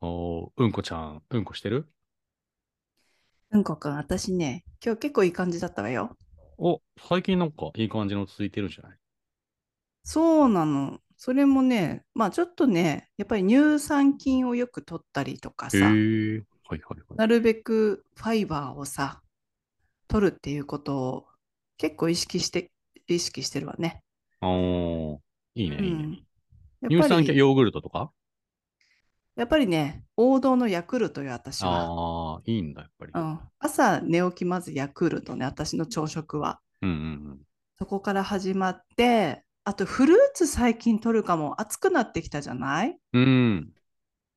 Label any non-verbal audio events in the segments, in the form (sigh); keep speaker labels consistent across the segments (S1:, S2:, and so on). S1: おーうんこちゃん、うんこしてる
S2: うんこくん、私ね、今日結構いい感じだったわよ。
S1: お、最近なんかいい感じの続いてるんじゃない
S2: そうなの。それもね、まあちょっとね、やっぱり乳酸菌をよく取ったりとか
S1: へえ
S2: さ、
S1: はいはいはい。
S2: なるべくファイバーをさ、取るっていうことを結構意識して、意識してるわね。
S1: あー、いいね、いいね。
S2: やっ
S1: 乳
S2: ぱ
S1: 酸菌、
S2: り、
S1: ヨーグルトとか
S2: やっぱりね、王道のヤクルトよ、私は。
S1: ああー、いいんだ、やっぱり。
S2: うん。朝寝起きまずヤクルトね、私の朝食は。
S1: うんうん
S2: そこから始まって、あとフルーツ最近取るかも。暑くなってきたじゃない
S1: うん。うん。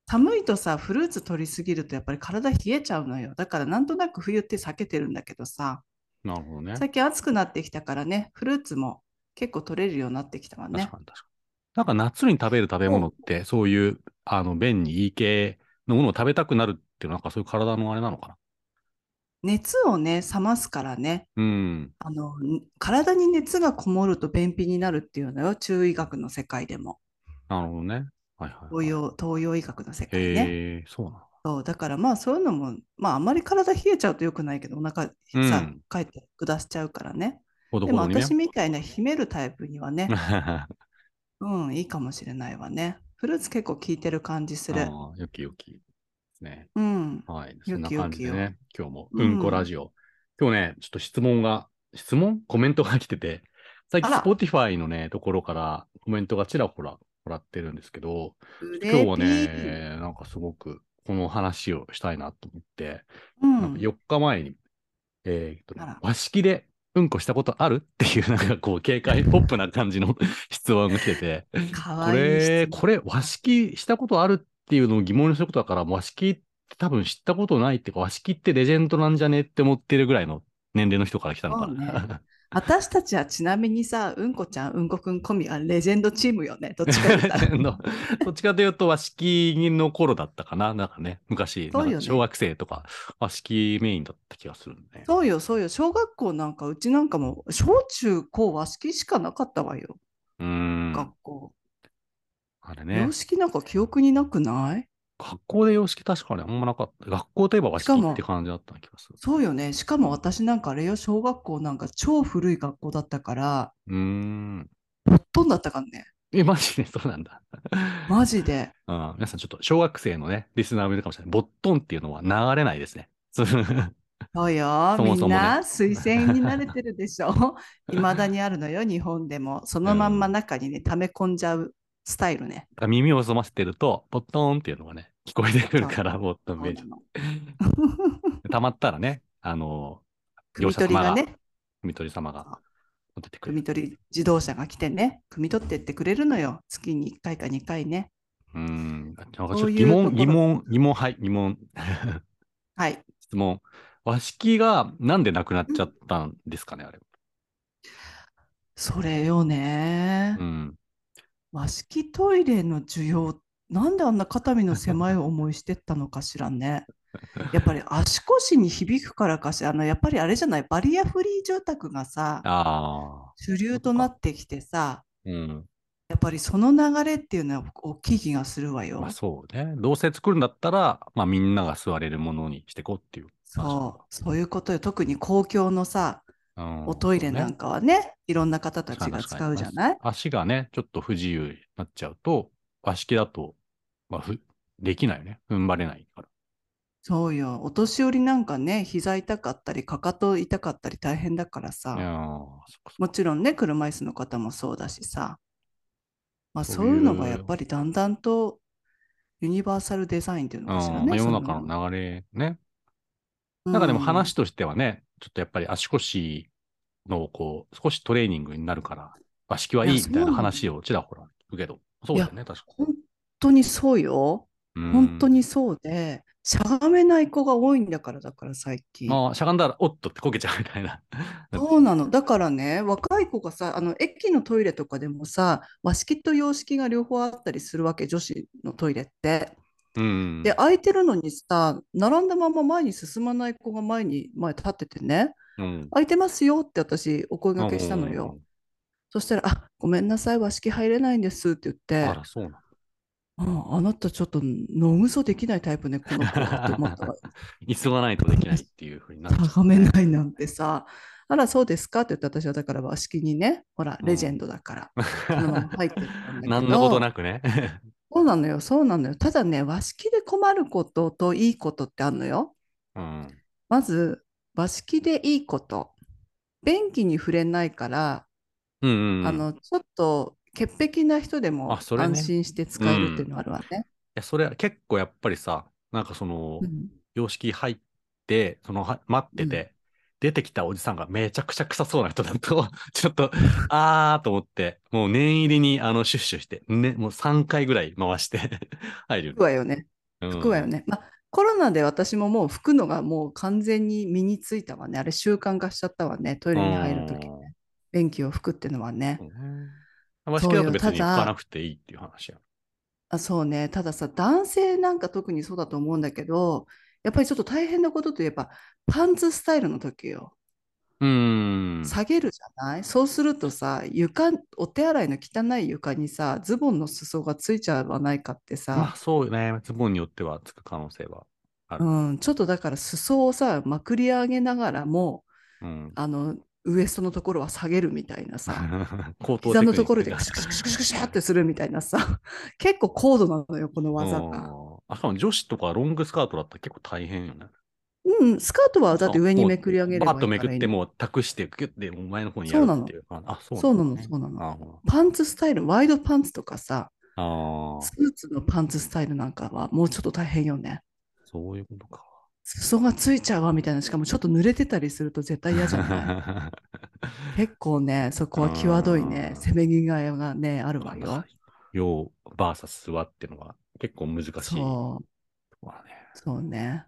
S2: 寒いとさ、フルーツ取りすぎるとやっぱり体冷えちゃうのよ。だからなんとなく冬って避けてるんだけどさ、
S1: なるほどね。
S2: 最近暑くなってきたからね、フルーツも結構取れるようになってきたわ
S1: 確
S2: ね。
S1: かに確かに。なんか夏に食べる食べ物っ
S2: そ
S1: て、そういう、あの、便にいい系のものを食べたくなるっていうのは、なんかそういう体のあれなのかな。
S2: う熱をね、冷ますからね、
S1: うん。
S2: あの、ん体に熱がこもると便秘になるっていうのよ。中医学の世界でも。
S1: なるほどね。はいはい
S2: 東
S1: はい。
S2: 洋、東洋医学の世界ね。
S1: へえ、そうなの。
S2: そう、だからまあそういうのも、まああまり体冷えちゃうと良くないけど、お腹
S1: う
S2: さ、
S1: ん。
S2: かえって下しちゃうからね。
S1: ほど
S2: で
S1: ほ
S2: も
S1: どにね。
S2: 私みたいな秘めるタイプにはね、
S1: あ
S2: うん、いいかもしれないわね。フルーツ結構効いてる感じする。
S1: (laughs) あ、よきよきですね。
S2: うん、
S1: はい。そ
S2: よ
S1: んな
S2: きよ
S1: 感じ
S2: き
S1: で
S2: よ。
S1: ね、今日も
S2: う
S1: うんこラ
S2: ん。
S1: ジオ。今日ね、ちょっと質問が、質問コメントが来てて、最
S2: あ
S1: 近
S2: ら、
S1: Spotify のね、ところからコメントがちらほらもらってるんですけど、
S2: う
S1: ちょっと今
S2: れ
S1: 日は
S2: ぴー。
S1: ね、なんかすごくこの話をしたいなと思って、
S2: う
S1: なんか
S2: ん、
S1: 4日前に、えーっと
S2: あ
S1: ね、
S2: ら。
S1: 和式でうんこしたことあるっていう、なんかこう、軽快ポップな感じの (laughs) 質問が来てて、
S2: か
S1: こ
S2: わいい
S1: れ、
S2: 質問。
S1: これ、和式したことあるっていうのを疑問にすることだから、和式って多分知ったことないっていうか、和式ってレジェンドなんじゃねって思ってるぐらいの年齢の人から来たの
S2: そう
S1: か
S2: ね。
S1: な。
S2: 私たちはちなみにさ、うんこちゃん、うんこくん込みはレジェンドチームよね。どっちか言
S1: (laughs)
S2: う
S1: レ
S2: た
S1: ジ
S2: ら。
S1: ェンドどっちかというと和式の頃だったかな。なんかね、昔、
S2: そ
S1: な
S2: うん
S1: か
S2: よ
S1: 小
S2: ね。
S1: 学生とか和式メインだった気がするね。
S2: そうよ、そうよ。小学校なんか、うちなんかも、小中高和式しかなかったわよ。
S1: うーん。
S2: 学校。
S1: あれ
S2: 洋
S1: ね。
S2: 式なんか記憶になくない
S1: 学校で洋式確かにあんまなかった。学校といえば和
S2: しか
S1: 式って
S2: も、
S1: 感じだった気がする。
S2: そうよね。しかも私なんかあれよ、小学校なんか超古い学校だったから、
S1: うーん。
S2: ぶっ飛んだったからね。
S1: え、マジでそうなんだ。
S2: マジで。
S1: うん、皆さんちょっと小学生のね、リスナーもいるかもしれない。ボットンっていうのは流れないですね。そう
S2: (laughs) そうよ。
S1: そも
S2: み
S1: そ
S2: ん
S1: もね。
S2: な推薦に慣れてるでしょ。
S1: (laughs)
S2: いまだにあるのよ、日本でも。そうのまんま
S1: ん。
S2: 中にね、溜め込んじゃうスタイルね。
S1: 耳を澄ませてると、ボットンっていうのがね、聞こえてくる
S2: そう
S1: か
S2: な
S1: ら、
S2: の。
S1: ボットン
S2: そう
S1: メ
S2: な
S1: ー
S2: の。
S1: ル。たまったらね、あの業
S2: 汲
S1: 者
S2: み取り
S1: 様
S2: が
S1: が、
S2: ね、
S1: み取り様が
S2: そう
S1: 出てく
S2: 汲
S1: れ
S2: み
S1: る。
S2: 取り自動車が来てね、汲み取ってってくれるのよ。月に1回か2回ね。
S1: うーん、なんかちょっ
S2: そ
S1: と
S2: う
S1: 疑
S2: いうと
S1: 問、
S2: こ
S1: 疑
S2: ろ。
S1: 問、疑問、はい、疑問、
S2: はい。
S1: 質問。和式がなんでなくなっ
S2: う
S1: ちゃ
S2: ん
S1: ったんですかね、あれ。
S2: それよ
S1: う
S2: ね。
S1: ん。
S2: 和式トイレの需要、なんであんな肩身の狭い思いしてったのかし
S1: (laughs)
S2: らね。やっぱり足腰に響くからかしら、あの、やっぱりあれじゃない、バリアフリー住宅がさ、
S1: ああ、そ
S2: 主流
S1: う
S2: とな
S1: か。
S2: ってきてさ、
S1: うん。
S2: やっぱりその流れっていうのは大きい気がするわ
S1: まあ
S2: よ。
S1: そうね。どうせ作るんだったら、まあみんなが座れるものにしていこうっていう話なの
S2: そ
S1: か。
S2: う、そういうことよ。特に公共のさ、
S1: う
S2: お
S1: ん、
S2: トイ
S1: そ
S2: レ
S1: う
S2: なん
S1: ね。
S2: かはね、いろんな方た
S1: 確か
S2: ち
S1: に確
S2: が
S1: かに。
S2: 使うじゃ
S1: 足、
S2: ない。
S1: 足がね、ちょっと不自由になっちゃうと、和式だと、まあふ、できないよね。踏ん張れないから。
S2: そうよ。お年寄りなんかね、膝痛かったり、かかと痛かったり大変だか
S1: い
S2: ら
S1: やー、そ
S2: さ、
S1: っかそっ
S2: も
S1: か。
S2: ちろんね、車椅子の方もそうだしさ、まあ
S1: そう
S2: そういうのが
S1: い
S2: やっ
S1: う、
S2: ぱりだんだんとユニバーサルデザインっていう
S1: う
S2: の
S1: ん、
S2: かしら
S1: まあ
S2: ね、
S1: 世の
S2: そういう
S1: 中
S2: の。
S1: の流れね。
S2: う
S1: なんかでも
S2: ん。
S1: 話としてはね、ちょっとやっぱり足腰のこう、少しトレーニングになるから、和式はい
S2: や、
S1: いみ
S2: そ
S1: たいうな
S2: なの。
S1: 話をちらほら聞くけど、そ
S2: いう
S1: だよ
S2: や、
S1: ね、確か
S2: 本当にそうよ。
S1: に。う
S2: 本当
S1: ん。
S2: にそうで、しゃがめない子が多いんだから、だから最近。
S1: まあ、しゃがんだら、おっとってこけちゃうみたいな。
S2: そうなの。だからね、若い子がさ、あの、駅のトイレとかでもさ、和式と洋式が両方あったりするわけ、女子のトイレって。
S1: う
S2: で、
S1: ん。
S2: 空いてるのにさ、並んだまま前に進まない子が前に、前立っててね、
S1: うん。
S2: 空いてますよって私、お声
S1: う
S2: 掛けしたのよ。
S1: ん。
S2: そしたら、あ、ごめんなさい、和式入れないんですって言っ
S1: あ
S2: て、
S1: ら、そうなの。
S2: うんあなたちょっと脳ぐそできないタイプね、この子はと思ったら
S1: (laughs) 急がないとできないっていうふうになっちゃう (laughs)
S2: 高めないなんてさ、あら、そうですかって言って私はだから和式にね、ほら、
S1: うん
S2: レジェンドだから、そのまま入ってったんだけど
S1: 何のことなく
S2: (laughs)
S1: ね。
S2: そうなのよ、そうなのよ。ただね、和式で困ることといいことってあるのよ。
S1: うん。
S2: まず、和式でいいこと。便器に触れないから、
S1: うんうんうん。
S2: あ
S1: い
S2: の、ちょっと潔癖な人でも
S1: あそれね
S2: 安心して使えるっていうのはあるわね。
S1: や、それは結構やっぱりさ、なんかその、
S2: うん
S1: 様式入って、その、は待ってて、
S2: う
S1: 出てきたおじさんがめちゃくちゃ臭そうな人だと、 (laughs) ちょっと、あーと思って、もう念入りに、あの、シュッシュして、ね、もう3回ぐらい回して (laughs) 入るよ
S2: 服はよね。
S1: ね。
S2: 服はよ
S1: ね。
S2: ね。まあ、コロナで私ももう服のがもう完全に身についたわね。あれ習慣化しちゃったわね。トイレに入るとき
S1: うん、
S2: 便器を拭くってのはね。
S1: 和式だと別
S2: そう
S1: に
S2: よただ
S1: 行かなくていいっていう話や。
S2: あ、そうね。たださ、男性なんか特にそうだと思うんだけど、やっぱりちょっと大変なことといえば、パンツスタイルの時よ。
S1: うーん。
S2: 下げるじゃないそうするとさ、床、お手洗いの汚い床にさ、ズボンの裾がついちゃわないかって
S1: ま
S2: さ
S1: あ、、そうよね。ズボンによってはつく可能性は。
S2: うん、ちょっとだから裾をさ、まくり上げながらも、
S1: うん。
S2: あの、ウエストのところは下げるみたいなさ。
S1: 口頭
S2: 膝のところで
S1: テク
S2: ク
S1: ニッ
S2: シャ
S1: ク
S2: ク
S1: が
S2: シャクシャクシャクシャってするみたいなさ結構高度なのよこの技
S1: う
S2: が。
S1: んあ、しかも女子とかロングスカートだったら結構大変よね。
S2: うんスカートはだって上にめくり上げれば
S1: バ
S2: いい
S1: ッ
S2: か
S1: と
S2: ら
S1: めく
S2: い
S1: っ
S2: い
S1: て
S2: の
S1: もう託してギュッてお前の方にやるっていう。あ、そう
S2: そうな
S1: の
S2: のそうなの。
S1: あほ
S2: パンツスタイルワイドパンツとかさ
S1: らあー、
S2: スーツのパンツスタイルなんかはもうちょっと大変よね。
S1: そういうことか。
S2: 裾がついちゃうわみたいなしかもちょっと濡れてたりすると絶対嫌じゃな
S1: (laughs)
S2: い結構ねそこは際どいね
S1: うん
S2: せめぎ合いがねあるわよ。
S1: よう、バーサス座ってのは結構難しいと
S2: そう
S1: こだね。
S2: そうね。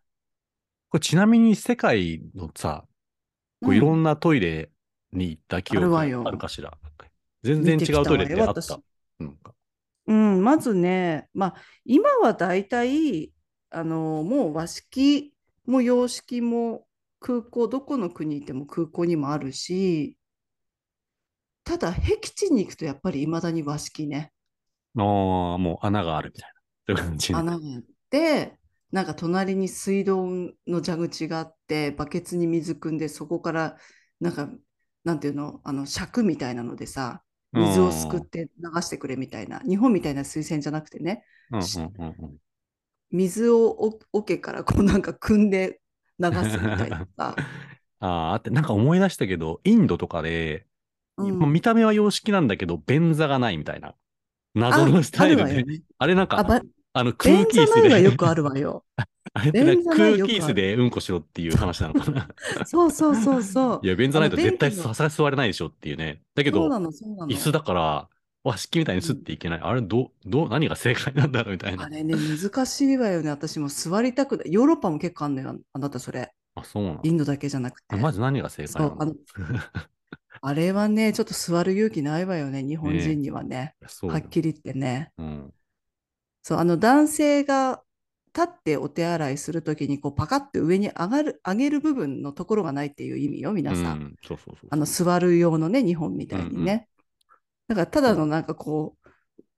S1: これちなみに世界のさ、こういろ
S2: うん
S1: なトイレに行った記
S2: ある
S1: 憶
S2: わよ
S1: あるかしら。全然
S2: 見てき
S1: 違う
S2: たわ
S1: ト
S2: よ
S1: イレってあっ
S2: 私
S1: た。うんか
S2: うん、まずね、まあ、今はだいたいあのもう和式も洋式も空港どこの国行っても空港にもあるしただ僻地に行くとやっぱりいまだに和式ね
S1: ああ、もう穴があるみたいな。そういう感じね。
S2: 穴があってなんか隣に水道の蛇口があってバケツに水汲んでそこからなんかなんていうのあの尺みたいなのでさ水をすくって流してくれみたいな日本みたいな水洗じゃなくてね
S1: うんうんうんうん
S2: 水をお桶からこうなんか汲んで流すみたいな
S1: (laughs)
S2: さ
S1: ああ、って、なんか思い出したけど、インドとかで、
S2: うん
S1: まあ見た目は洋式なんだけど、便座がないみたいな。謎
S2: あ
S1: のスタイル
S2: あるわ
S1: で
S2: よ。ね。
S1: あれなん
S2: あ、
S1: か、
S2: ば、
S1: あの空
S2: 便
S1: 気
S2: 座
S1: 椅子
S2: ないは
S1: で、
S2: よくあるわよ。
S1: (laughs) あれってなんか
S2: 便座ない
S1: 空
S2: よく
S1: 気椅
S2: あ
S1: 子
S2: る
S1: でうんこしろっていう話なのかな。
S2: そうそうそうそう
S1: い。や、便座ないと絶対
S2: あの便器の
S1: さすがに座れないでしょっていうね。だけ
S2: そ
S1: ど
S2: う、なの、そうなの
S1: 椅。子だから、和式みたいにすっていけない。あれ、ど、どう、何が正解なんだろうみたいな。
S2: あれね、難しいわよね。私も座りたくない。ヨーロッパも結構あんのよ。あなたそれ。
S1: あ、そうなの
S2: インドだけじゃなくて。
S1: まず何が正解なの
S2: そうあれはね、ちょっと座る勇気ないわよね。日本人にはね。
S1: いや (laughs) そうよ
S2: はっきり言ってね。
S1: うん。
S2: そう、あの男性が立ってお手洗いするときにこうパカッて上に上がる、上げる部分のところがないっていう意味よ、皆さん。
S1: うんそうそうそう。
S2: あの座る用のね、日本みたいにね。だからただのなんかこ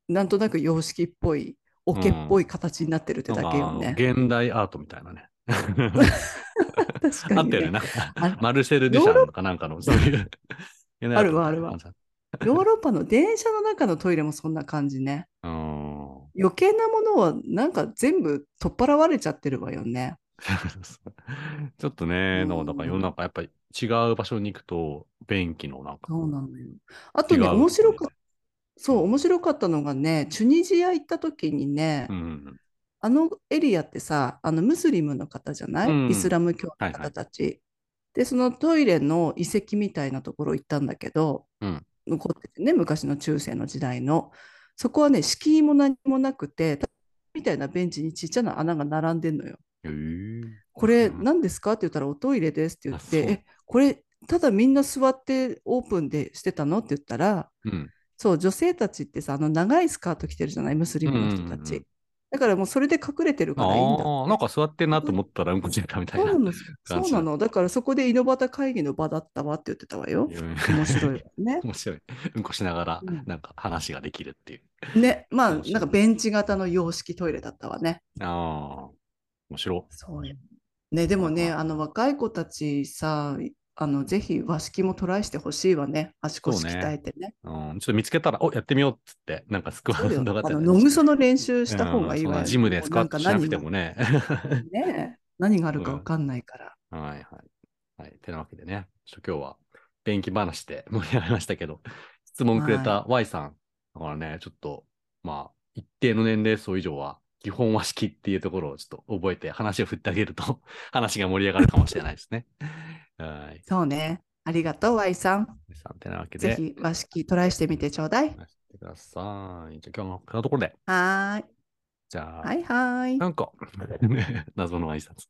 S2: う、なんとなく様式っぽい、桶っぽい形になってるってだけよ
S1: なん
S2: ね
S1: か。あの現代アートみたいなね。あ
S2: (laughs) 確か
S1: っ
S2: に
S1: たよね、
S2: ね。
S1: なんか
S2: あれ、
S1: マルセル・デュシャンかなんかの、そういう。 (laughs)
S2: あるわあるわヨーロッパの電車の中のトイレもそんな感じね。
S1: うん。
S2: 余計なものはなんか全部取っ払われちゃってるわよね。
S1: ちょっとね、
S2: うん
S1: なんかだから世の中やっぱり違う場所に行くと、便器のなんか、
S2: そうなのよ。あとね、
S1: 違う
S2: 面白かった。そう、面白かったのがね、チュニジア行った時にね、
S1: うん、
S2: あのエリアってさ、あのムスリムの方じゃない、
S1: うん
S2: イスラム教の方たち。で、そのトイレの遺跡みたいなところ行ったんだけど、
S1: うん
S2: 残っててね、昔の中世の時代の。そこはね、敷居も何もなくて、みたいなベンチにちっちゃな穴が並んでんのよ。
S1: へー
S2: これ
S1: うん
S2: 何ですかって言ったらおトイレですって言っ
S1: あ
S2: て、
S1: そう
S2: え、これただみんな座ってオープンでしてたのって言ったら、
S1: うん。
S2: そう、女性たちってさ、あの長いスカート着てるじゃない、ムスリムの人
S1: う
S2: た
S1: んうんうん
S2: ち。だからもうそれで隠れてるからいいんだ。
S1: ああ、なんか座ってんなと思ったらうんこちゃったみたい
S2: そう
S1: な。
S2: な。の、そうなの。だからそこで井戸端会議の場だったわって言ってたわよ。面白いわ
S1: (laughs)
S2: ね
S1: 面白い。うんこしながら
S2: うん、
S1: なんか話ができるっていう。
S2: ね、まあ、
S1: 面白い
S2: なんかベンチ型の洋式トイレだったわね。
S1: ああ、面白
S2: そうよね、でもね、あの若い子たちさ、あのぜひ和式もトライしてほしいわね。足腰
S1: そうね
S2: 鍛えてね。
S1: い。うん、ちょっと見つけたら、おやってみようっつって、なんかスクワ
S2: そうだ
S1: ッ
S2: よ
S1: トとか
S2: あ
S1: や
S2: の
S1: っ
S2: 野
S1: て
S2: ぐその練習した方がいいわ
S1: うんそん
S2: よ。
S1: なジムでスクワットしなくても
S2: ね。
S1: ね。
S2: ね何があるかわかんないから。
S1: はいはい。はい。てなわけでね、ちょっと今日は電気話で盛り上がりましたけど、質問くれた Y さん、だからね、ちょっと、まあ、一定の年齢層以上は、基本は式っていうところをちょっと覚えて話を振ってあげると、 (laughs) 話が盛り上がるかもしれないですね。はい。
S2: そうね。ありがとう、Y さん。
S1: Y さん、てなわけで、
S2: ぜひ和式トライしてみてちょうだい。
S1: 話してください。じゃあ今日のこんなところで、
S2: はーい。
S1: じゃあ、 (laughs)
S2: はいはーい。
S1: なんか、謎の挨拶。